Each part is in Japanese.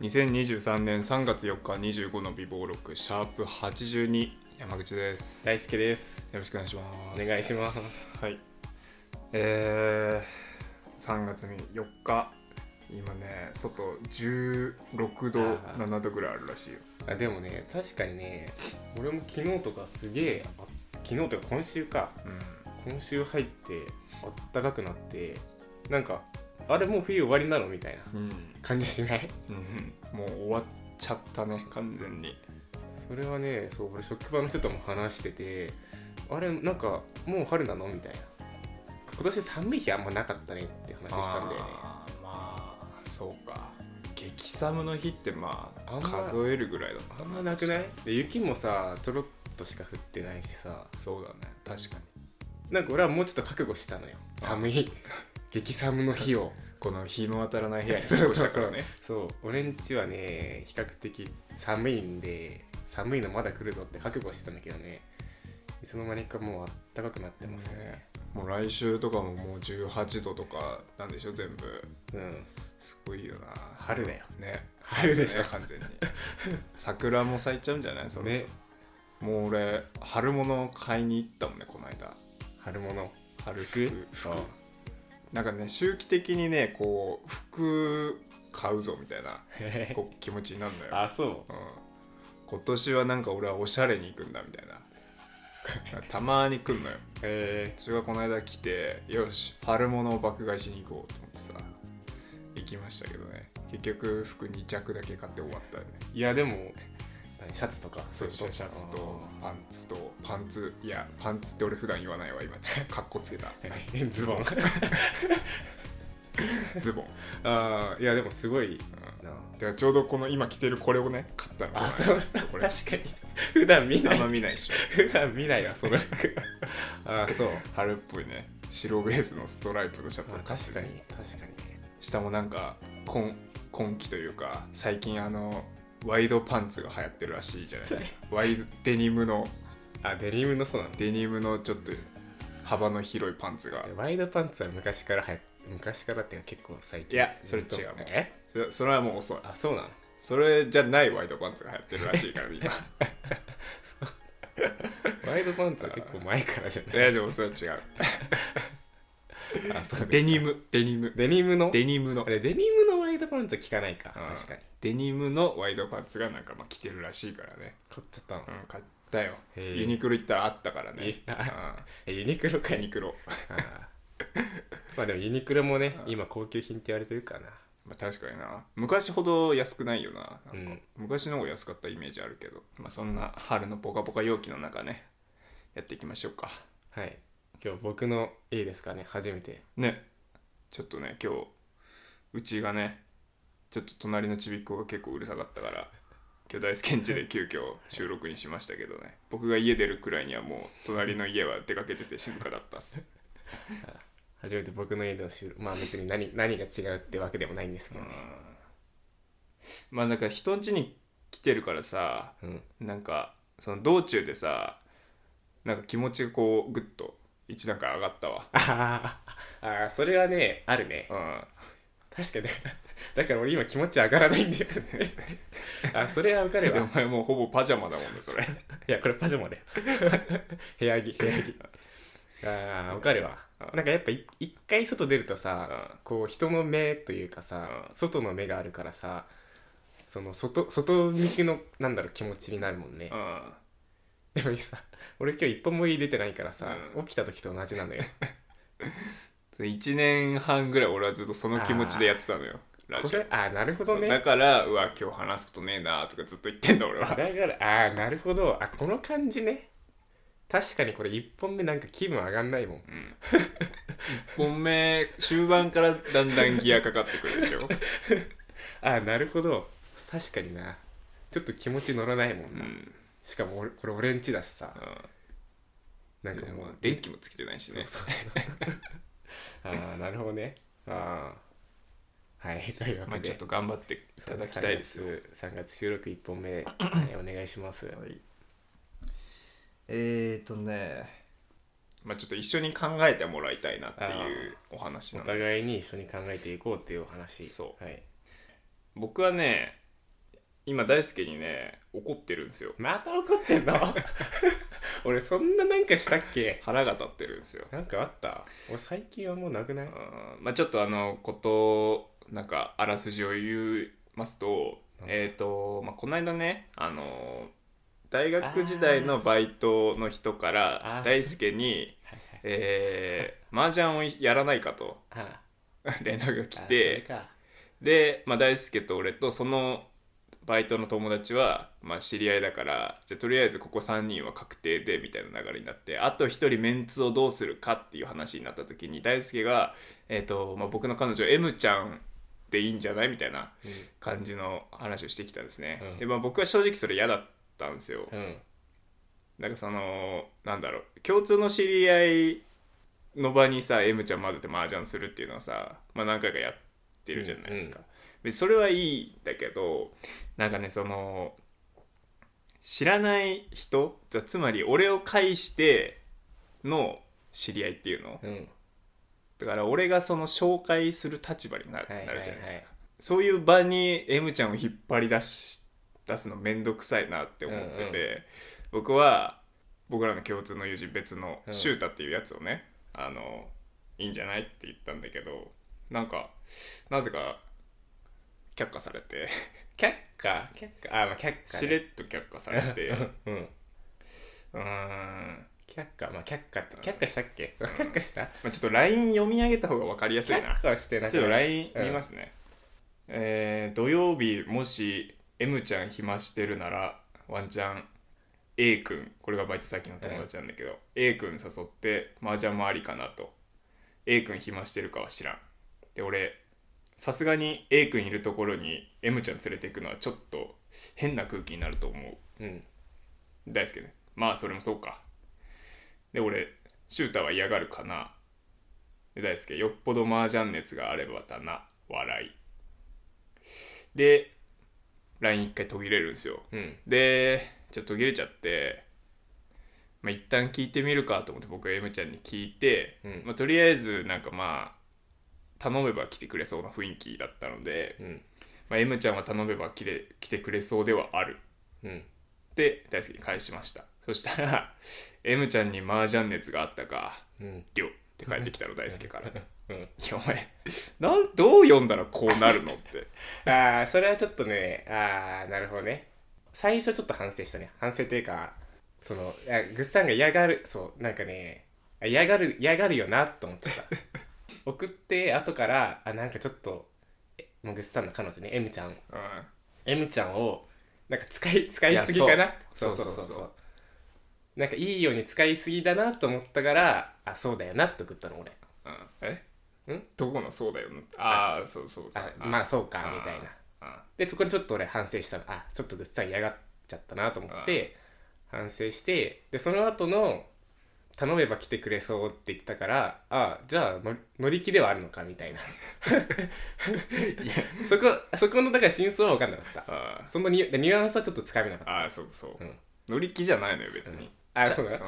2023年3月4日25の美貌録シャープ82山口です、大よ輔です。ろしくお願いしまおす願いします。はいえー、3月4日今ね外16度あー7度ぐらいあるらしいよあでもね、確かにね、俺も昨日とかすげえ、あ昨日とか今週か、うん今週入って、あったかくなって、なんか、あれもう冬終わりなのみたいなうん、感じしないうん、もう終わっちゃったね完全にそれはね、そう、俺、職場の人とも話してて、あれ、なんか、もう春なのみたいな。今年寒い日あんまなかったねって話したんだよね。あーまあそうか激寒の日ってまああんま数えるぐらいだあんまなくないで雪もさ、ちょろっとしか降ってないしさ、そうだね確かになんか俺はもうちょっと覚悟したのよ寒い激寒の日をこの日の当たらない部屋に引っ越したからねそう俺んちはね比較的寒いんで寒いのまだ来るぞって覚悟してたんだけどねいつの間にかもうあったかくなってますねもう来週とかももう18度とかなんでしょ全部うんすごいよな春だよね春でしょね完全に桜も咲いちゃうんじゃないそれ、ねもう俺春物を買いに行ったもんねこの間 春物春服服服なんかね周期的にねこう服買うぞみたいなへこう気持ちになるのよあそうん、今年はなんか俺はおしゃれに行くんだみ たいなたまに来んのようへえそれがこの間来てよし春物を爆買いしに行こうと思ってさ行きましたけどね結局服2着だけ買って終わったよねいやでも何シャツとかそういことシャツとパンツとパンツいやパンツって俺普段言わないわ今ち ょっとかっこつけたあーズ ボンズボン、うん、ああいやでもすごいだなからちょうどこの今着てるこれをね買ったのあそうこ確れかに 普段見なあいんま見ないでしょ普段見ないわその服ああそう春っぽいね白ベースのストライプのシャツを確買ってかねに確かにね下もなんか今今季というか最近あのワイドパンツが流行ってるらしいじゃないですかワイドデニムのあデニムのそうなんだデニムのちょっと幅の広いパンツがワイドパンツは昔からはや昔からっていうか結構最近いやそれ違うずっともうえそそれはもう遅いあそうなのそれじゃないワイドパンツが流行ってるらしいから今ワイドパンツは結構前からじゃいないやでもそれは違うあそうデニムムデニム デニムのデニムのあれデニムのワイドパンツは効かないかうん確かにデニムのワイドパンツがなんかまあ着てるらしいからね買っちゃったのうん買ったよへえユニクロ行ったらあったからねいやえユニクうロんかユニいクロあー まあでもユニクロもねうん今高級品って言われてるからなまあ、確かにな昔ほど安くないよななんか、うん昔の方が安かったイメージあるけど、まあ、そんな春のポカポカ陽気の中ねやっていきましょうかはい今日僕のいいですかね初めてねちょっとね今日うちがねちょっと隣のちびっ子が結構うるさかったから今日大輔んちで急遽収録にしましたけどね僕が家出るくらいにはもう隣の家は出かけてて静かだったっす、初めて僕の家での収録まあ別に何何が違うってわけでもないんですけうどんね、まあなんか人ん家に来てるからさうん、なんかその道中でさなんか気持ちがこうグッと一段階上がったわあーあーそれはねあるねうん確かにだ からだから俺今気持ち上がらないんだよね あそれは分かるでおわ前もうほぼパジャマだもんねそれいやこれパジャマだよ 部屋着部屋着ああ分かるわうんなんかやっぱい一回外出るとうさんこう人の目というかさうん外の目があるからさその外外向きのなんだろう気持ちになるもんねうんでもさ俺今日一本も家出てないからさうん起きた時と同じなのよ1年半ぐらい俺はずっとその気持ちでやってたのよラこジオれああなるほどそうだねからうわ今日話すことねえなとかずっと言ってんだ俺だはからああなるほどあこの感じね確かにこれ1本目なんか気分上がんないもんうん、1本目終盤からだんだんギアかかってくるでしょ、ああなるほど確かになちょっと気持ち乗らないもんうな、んしかも俺これ俺んちだしさなうんかん、もう電気もつけてないしそうねそうああなるほどねああはいというわまあ、けちょっで、と頑張っていただきたいですよ3月 ,3 月収録1本目、はい、お願いしますはい、えーとねまあちょっと一緒に考えてもらいたいなっていうお話おなんです互いに一緒に考えていこうっていうお話そうはい僕はね今大輔にね怒ってるんですよまた怒ってんの 俺そんななんかしたっけ腹が立ってるんですよなんかあった俺最近はもうなくないうんまあちょっとあのことなんかあらすじを言いますと、うんえっ、と、まあ、この間ねあの大学時代のバイトの人かあらー大輔に「えー、麻雀をやらないか」と あ連絡が来あてそれかで、まあ、大輔と俺とそのバイトの友達は、まあ、知り合いだからじゃあとりあえずここ3人は確定でみたいな流れになってあと1人メンツをどうするかっていう話になった時に大輔が、えーとまあ、僕の彼女 M ちゃんでいいんじゃないみたいな感じの話をしてきたんですね、うんで、まあ、僕は正直それ嫌だったんですよ、うん、うん、なんかそのなんだろう共通の知り合いの場にさ M ちゃん混ぜて麻雀するっていうのはさ、まあ、何回かやってるじゃないですか、うでそれはいいんだけどなんかねその知らない人じゃあつまり俺を介しての知り合いっていうの、うん、だから俺がその紹介する立場になる,、はいはいはいなるじゃないですかそういう場に M ちゃんを引っ張り出し出すのめんどくさいなって思ってて、うんうん僕は僕らの共通の友人別のシュータっていうやつをね、あのいいんじゃないって言ったんだけどなんかなぜか却下され て却下却下あまあ却下、ね、しれっと却下されて ううんーん、ま却下まあ却下って却下したっけ、却下したあ、ちょっと LINE 読み上げた方が分かりやすいな却下してなく、ちょっと LINE 見ますすね、えー土曜日もし M ちゃん暇してるならワンチャン A 君これがバイト先の友達なんだけど、A 君誘って麻雀もありかなと A 君暇してるかは知らんで俺さすがに A 君いるところに M ちゃん連れていくのはちょっと変な空気になると思ううんうん、大輔ねまあそれもそうかで俺シューターは嫌がるかなで大輔よっぽど麻雀熱があればだな笑いで LINE 一回途切れるんですようんでちょっと途切れちゃってまあ一旦聞いてみるかと思って僕は M ちゃんに聞いて、うんまあ、とりあえずなんかまあ頼めば来てくれそうな雰囲気だったので、うんまあ、M ちゃんは頼めば来れ来てくれそうではあるうんで大輔に返しましたそしたら 「M ちゃんに麻雀熱があったかうんりょう」って返ってきたの大輔から「 いうんやお前なんどう読んだらこうなるの?」って ああそれはちょっとねああなるほどね最初ちょっと反省したね反省っていうかそのいやぐっさんが嫌がるそうなんかねあ嫌がる嫌がるよなと思っ てた送って後からあなんかちょっとえもうぐっさんの彼女ね M ちゃうんん、 M ちゃんをなんか使い使いすぎかいなやそそううそうそうそそそうううそうなんかいいように使いすぎだなと思ったからあそうだよなって送ったの俺うん、えんどこのそうだよなああそうそうあまあそうかあみたいなあでそこにちょっと俺反省したのあちょっとぐっさん嫌がっちゃったなと思って反省してでその後の頼めば来てくれそうって言ったからあじゃあの乗り気ではあるのかみたいなそこそこのだから真相は分かんなかったあそのニュニュアンスはちょっとつかめなかったああそうそう、うん乗り気じゃないのよ別に、あそうだなう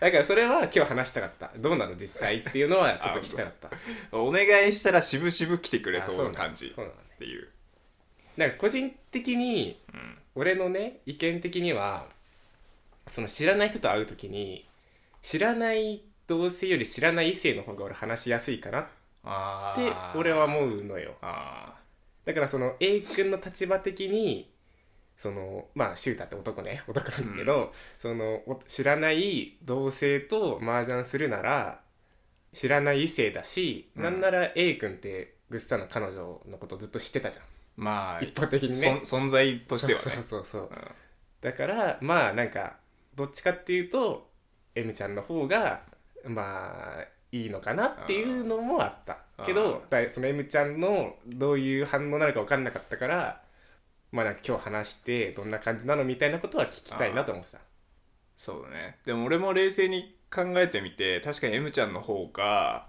だからそれは今日話したかったどうなの実際っていうのはちょっと聞きたかったん、お 願いしたら渋々来てくれあそうな感じっそうなのねていうなんか個人的にうん俺のね意見的にはその知らない人と会う時に知らない同性より知らない異性の方が俺話しやすいかなっあてあ俺は思うのよあだからその A 君の立場的にそのまあシューターって男ね男なんだけど、そのお知らない同性と麻雀するなら知らない異性だし、うんなんなら A 君ってグッサンの彼女のことずっと知ってたじゃん、あまあ一方的にねそん存在としてはねそうそうそうそううんだからまあなんかどっちかっていうと M ちゃんの方がまあいいのかなっていうのもあったけどだその M ちゃんのどういう反応なのか分かんなかったからまあなんか今日話してどんな感じなのみたいなことは聞きたいなと思ってたそうだねでも俺も冷静に考えてみて確かに M ちゃんの方が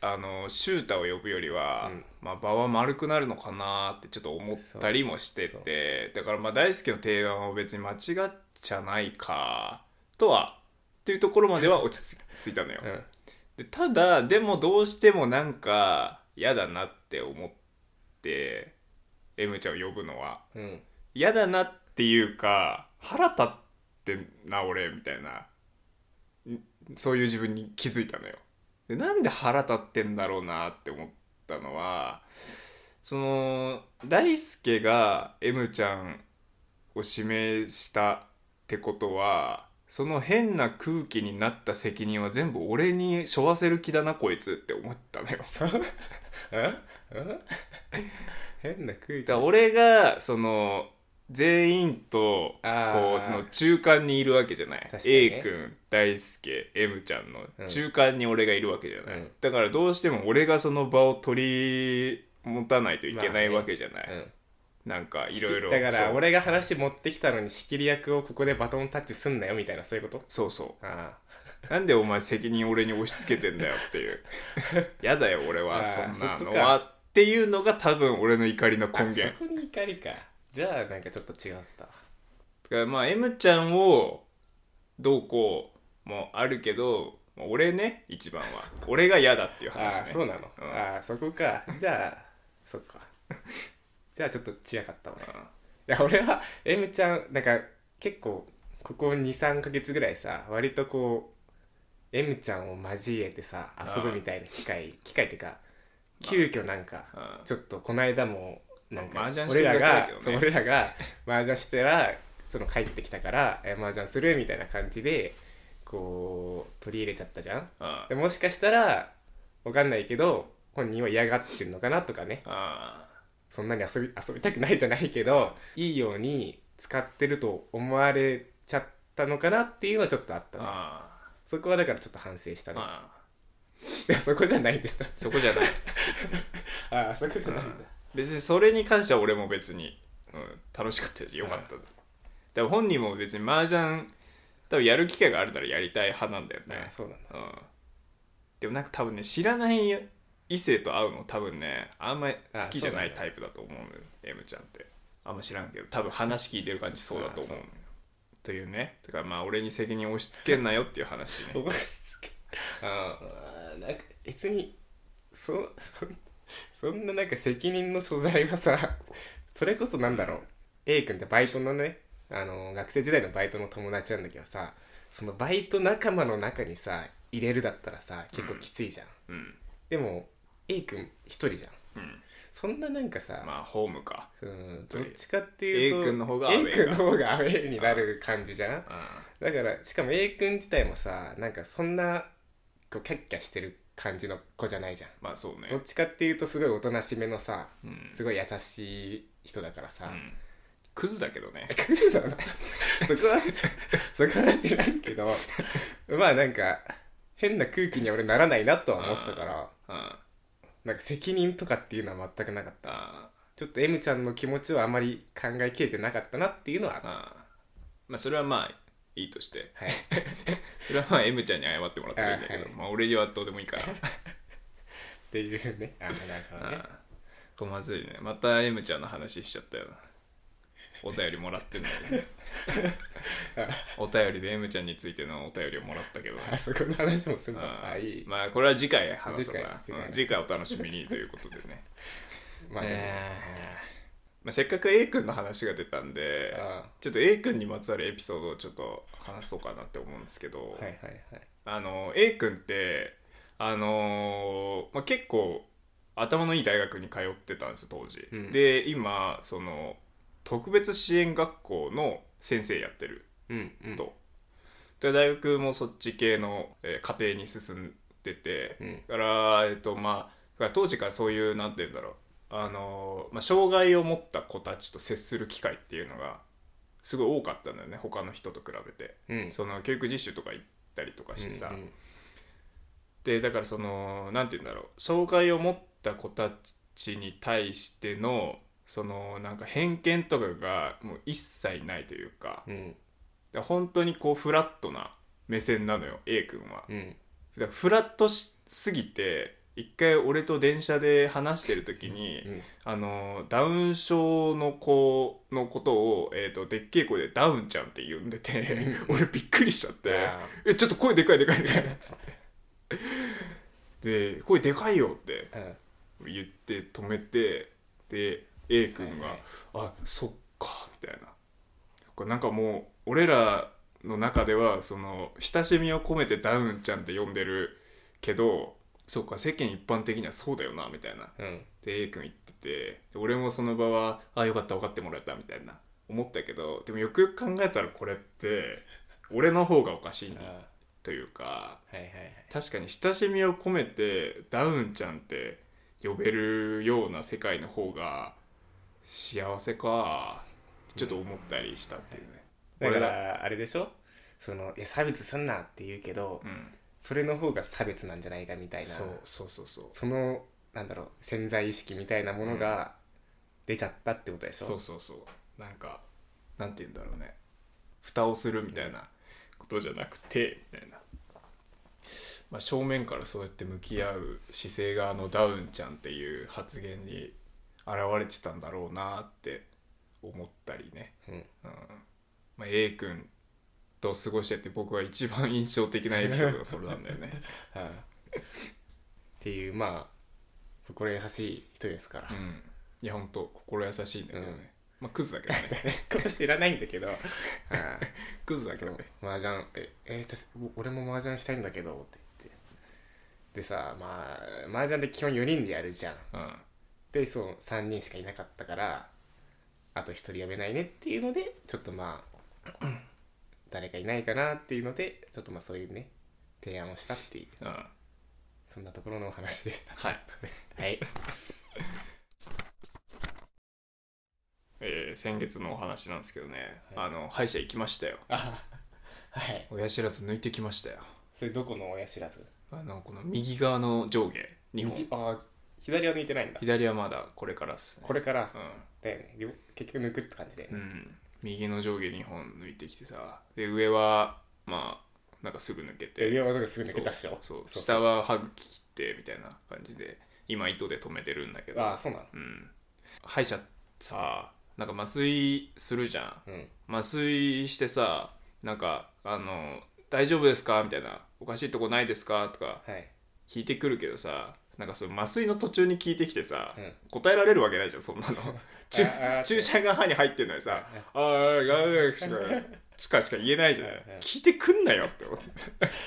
あのシュータを呼ぶよりは、うんまあ、場は丸くなるのかなってちょっと思ったりもしてそうてだからまあ大輔の提案は別に間違っちゃないかとはっていうところまでは落ち着いたのよ、 うんでただでもどうしてもなんか嫌だなって思って M ちゃんを呼ぶのはうん嫌だなっていうか腹立ってんな俺みたいなんそういう自分に気づいたのよ。でなんで腹立ってんだろうなって思ったのはその大輔が M ちゃんを指名したってことはその変な空気になった責任は全部俺に背負わせる気だなこいつって思ったのよ。そううんうん変な空気だから俺がその全員とこうあーの中間にいるわけじゃない、確かにね A 君大輔 M ちゃんの中間に俺がいるわけじゃない、うんだからどうしても俺がその場を取り持たないといけないまあねわけじゃない、うんなんかいろいろだからそう俺が話持ってきたのに仕切り役をここでバトンタッチすんなよみたいなそういうことそうそうあなんでお前責任俺に押し付けてんだよって いうやだよ俺はあそーんなそのこかはっていうのが多分俺の怒りのあ根源あそこに怒りかじゃあなんかちょっと違っただからまあ M ちゃんをどうこうもあるけどまあ俺ね一番は俺が嫌だっていうあ話あねそうなの、うんああそこかじゃあそっかじゃあちょっと違かったわうんいや俺は M ちゃんなんか結構ここ23ヶ月ぐらいさ割とこう M ちゃんを交えてさ遊ぶみたいな機会機会っていうか急遽なんかうんちょっとこの間もなんまあか麻雀して俺るらだけだがけどねそう俺らが麻雀してたらその帰ってきたからえ麻雀するみたいな感じでこう取り入れちゃったじゃんうんでもしかしたらわかんないけど本人は嫌がってるのかなとかねあそんなに遊び遊びたくないじゃないけどいいように使ってると思われちゃったのかなっていうのはちょっとあっーたねあそこはだからちょっと反省したーねまあい やそこじゃないんですよそこじゃないああそこじゃないんだ別にそれに関しては俺も別に、うん、楽しかったしよかった、でも本人も別に麻雀多分やる機会があるならやりたい派なんだよね、ああそうなんだうん、でもなんか多分ね知らない異性と会うの多分ねあんまり好きじゃなあいそうなタイプだと思うのよ M ちゃんってあんま知らんけど多分話聞いてる感じそうだと思うのよあというねだからまあ俺に責任押し付けんなよっていう話ね覚えすけああなんか別にそ そんそんななんか責任の所在はさそれこそなんだろう A 君ってバイトのねあの学生時代のバイトの友達なんだけどさそのバイト仲間の中にさ入れるだったらさ結構きついじゃん、うんでも A 君一人じゃうんんそんななんかさ、まあホームかうんどっちかっていうと A 君の方がアウ A ェーか君の方がアウェーになる感じじゃんうだからしかも A 君自体もさなんかそんなこうキャッキャしてる感じの子じゃないじゃんんまあそうねどっちかっていうとすごいおとなしめのさうんすごい優しい人だから さ、うんクズだけどねクズだなそこはそこは知らんけどまあなんか変な空気には俺ならないなとは思ってたからうんあなんか責任とかっていうのは全くなかったあちょっと M ちゃんの気持ちはあまり考えきれてなかったなっていうのはあったあまあそれはまあいいとしてはいそれはまあ M ちゃんに謝ってもらったらいいんだけどあはいまあ俺にはどうでもいいからっていうねあなるほどねああこれまずいねまた M ちゃんの話しちゃったよなお便りもらってんの にお便りで M ちゃんについてのお便りをもらったけどねあそこの話もすんのああああいいまあこれは次回話すから次回次回うん次回お楽しみにということでね、まあでも、えーまあ、せっかく A 君の話が出たんでああちょっと A 君にまつわるエピソードをちょっと話そうかなって思うんですけど、はいはいはいあの A 君ってあのーまあ、結構頭のいい大学に通ってたんですよ当時、うんで今その特別支援学校の先生やってるうんうんと、で大学もそっち系の、えー家庭に進んでて、うんだからえっとまあだから当時からそういうなんて言うんだろうあのー、まあ、障害を持った子たちと接する機会っていうのがすごい多かったんだよね他の人と比べてうんその教育実習とか行ったりとかしてさ、うんうんでだからそのなんて言うんだろう障害を持った子たちに対してのそのなんか偏見とかがもう一切ないというかうんで本当にこうフラットな目線なのよ A 君は。うんだからフラットしすぎて一回俺と電車で話してる時に、うんあのダウン症の子のことを、えー、とでっけえ声で「ダウンちゃん」って呼んでて 俺びっくりしちゃってあ「えちょっと声でかいでかいでかい」っつってで「声でかいよ」ってーうん言って止めてで A 君が「はいあそっか」みたいなこれなんかもう俺らの中ではその親しみを込めてダウンちゃんって呼んでるけどそうか世間一般的にはそうだよなみたいなうんで A 君言っててで俺もその場はあよかった分かってもらえたみたいな思ったけどでもよくよく考えたらこれって俺の方がおかしいなあというかーはいはいはい確かに親しみを込めてダウンちゃんって呼べるような世界の方が幸せかちょっと思ったりしたっていうね。だか俺ららあれでしょそのいや差別すんなって言うけど、うん、それの方が差別なんじゃないかみたいなそうそうそうそうそのなんだろう潜在意識みたいなものが出ちゃったってことでしょ、そうそうそうなんかなんて言うんだろうね蓋をするみたいなことじゃなくてみたいな、まあ、正面からそうやって向き合う姿勢があのダウンちゃんっていう発言に現れてたんだろうなって思ったりね、うんうんまあ、A 君と過ごしてて僕は一番印象的なエピソードがそれなんだよね はいっていうまあ心優しい人ですからう、んいやほんと心優しいんだけどね、まあクズだけどねこれ知らないんだけど クズだけそどうね麻雀ええー私お俺も麻雀したいんだけどって言ってでさまあ麻雀で基本4人でやるじゃんうんでそう3人しかいなかったからあと1人やめないねっていうのでちょっとまあ 誰かいないかなっていうのでちょっとまあそういうね提案をしたっていううんそんなところのお話 でしたはいはいえー先月のお話なんですけどね、はいあの歯医者行きましたよあはい親知らず抜いてきましたよそれどこの親知らずあのこの右側の上下2本あ左は抜いてないんだ左はまだこれからっすねこれからうん、だよね両結局抜くって感じだようね、ん、右の上下2本抜いてきてさで上はまあなんかすぐ抜けでて両技がすぐ抜けたっしょそうそうそう下は歯茎切ってみたいな感じで今糸で止めてるんだけどああそうなのうん、歯医者さなんか麻酔するじゃんうん麻酔してさなんかあの「大丈夫ですか?」みたいな「おかしいとこないですか?」とかはい聞いてくるけどさなんかその麻酔の途中に聞いてきてさ、うん答えられるわけないじゃんそんなの注ああ注射が歯に入ってんのにさ「あああいあいしかしかしか言えないじゃないうんうん聞いてくんなよって思って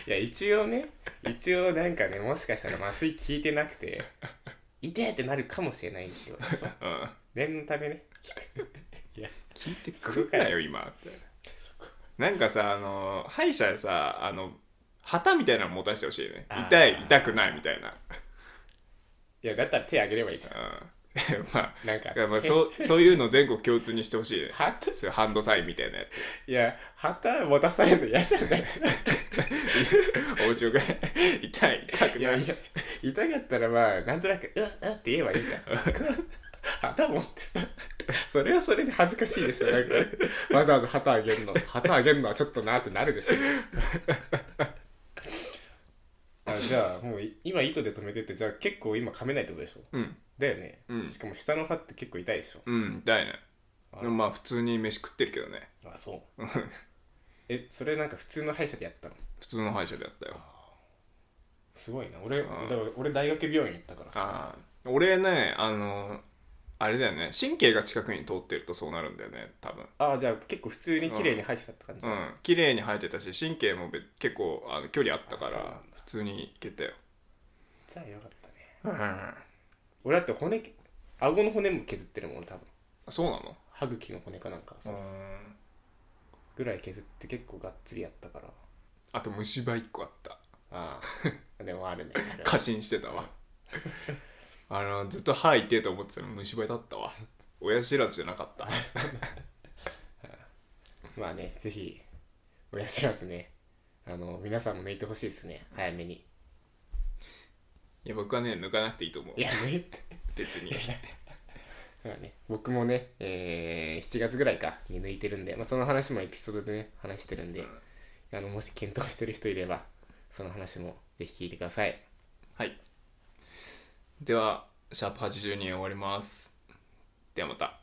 いや一応ね一応なんかねもしかしたら麻酔効いてなくて「痛え!」ってなるかもしれないってことでしょうん念のためねいや聞いてくんなよ今ってなんかさあの歯医者でさあの旗みたいなの持たせてほしいよねあー痛い痛くないみたいな、いやだったら手あげればいいじゃうん、まあんなんかいやまあそうそういうの全国共通にしてほしいね。旗そういうハンドサインみ たいなやいや旗持たされるの嫌じゃないつ。面白くない痛い、痛くいなやい。いや痛かったらまあなんとなく「うわうわって言えばいいじゃん 旗持ってさそれはそれで恥ずかしいでしょなんかわざわざ旗あげるの旗あげるのはちょっとなってなる でしょあじゃあもうい今糸で止めてってじゃあ結構今噛めないってことでしょうん、だよね、うんしかも下の歯って結構痛いでしょうん、痛いね。でもまあ普通に飯食ってるけどね。 あそうえそれなんか普通の歯医者でやったの普通の歯医者でやったよ。すごいな俺だんから俺大学病院行ったからさああ。俺ね、あの、あれだよね、神経が近くに通ってるとそうなるんだよね、多分。あじゃあ結構普通に綺麗に歯医者だった感じ、うん、綺麗に生えてたし、神経もべ結構あの距離あったかあそうなんらだ、普通に行けたよ。じゃあよかったねうん。俺だって骨顎の骨も削ってるもん多分そうなの歯茎の骨かなんかそううん。ぐらい削って結構がっつりやったからあと虫歯1個あった。あ あでもあるねあれ過信してたわあのずっと歯痛いてえと思ってたの虫歯だったわ親知らずじゃなかったまあねぜひ親知らずねあの皆さんも抜いてほしいですね早めにいや僕はね抜かなくていいと思ういや抜いて 別にそうだね僕もね、えー7月ぐらいかに抜いてるんで、まあ、その話もエピソードでね話してるんで、あのもし検討してる人いればその話もぜひ聞いてくださいはいではシャープ82終わりますではまた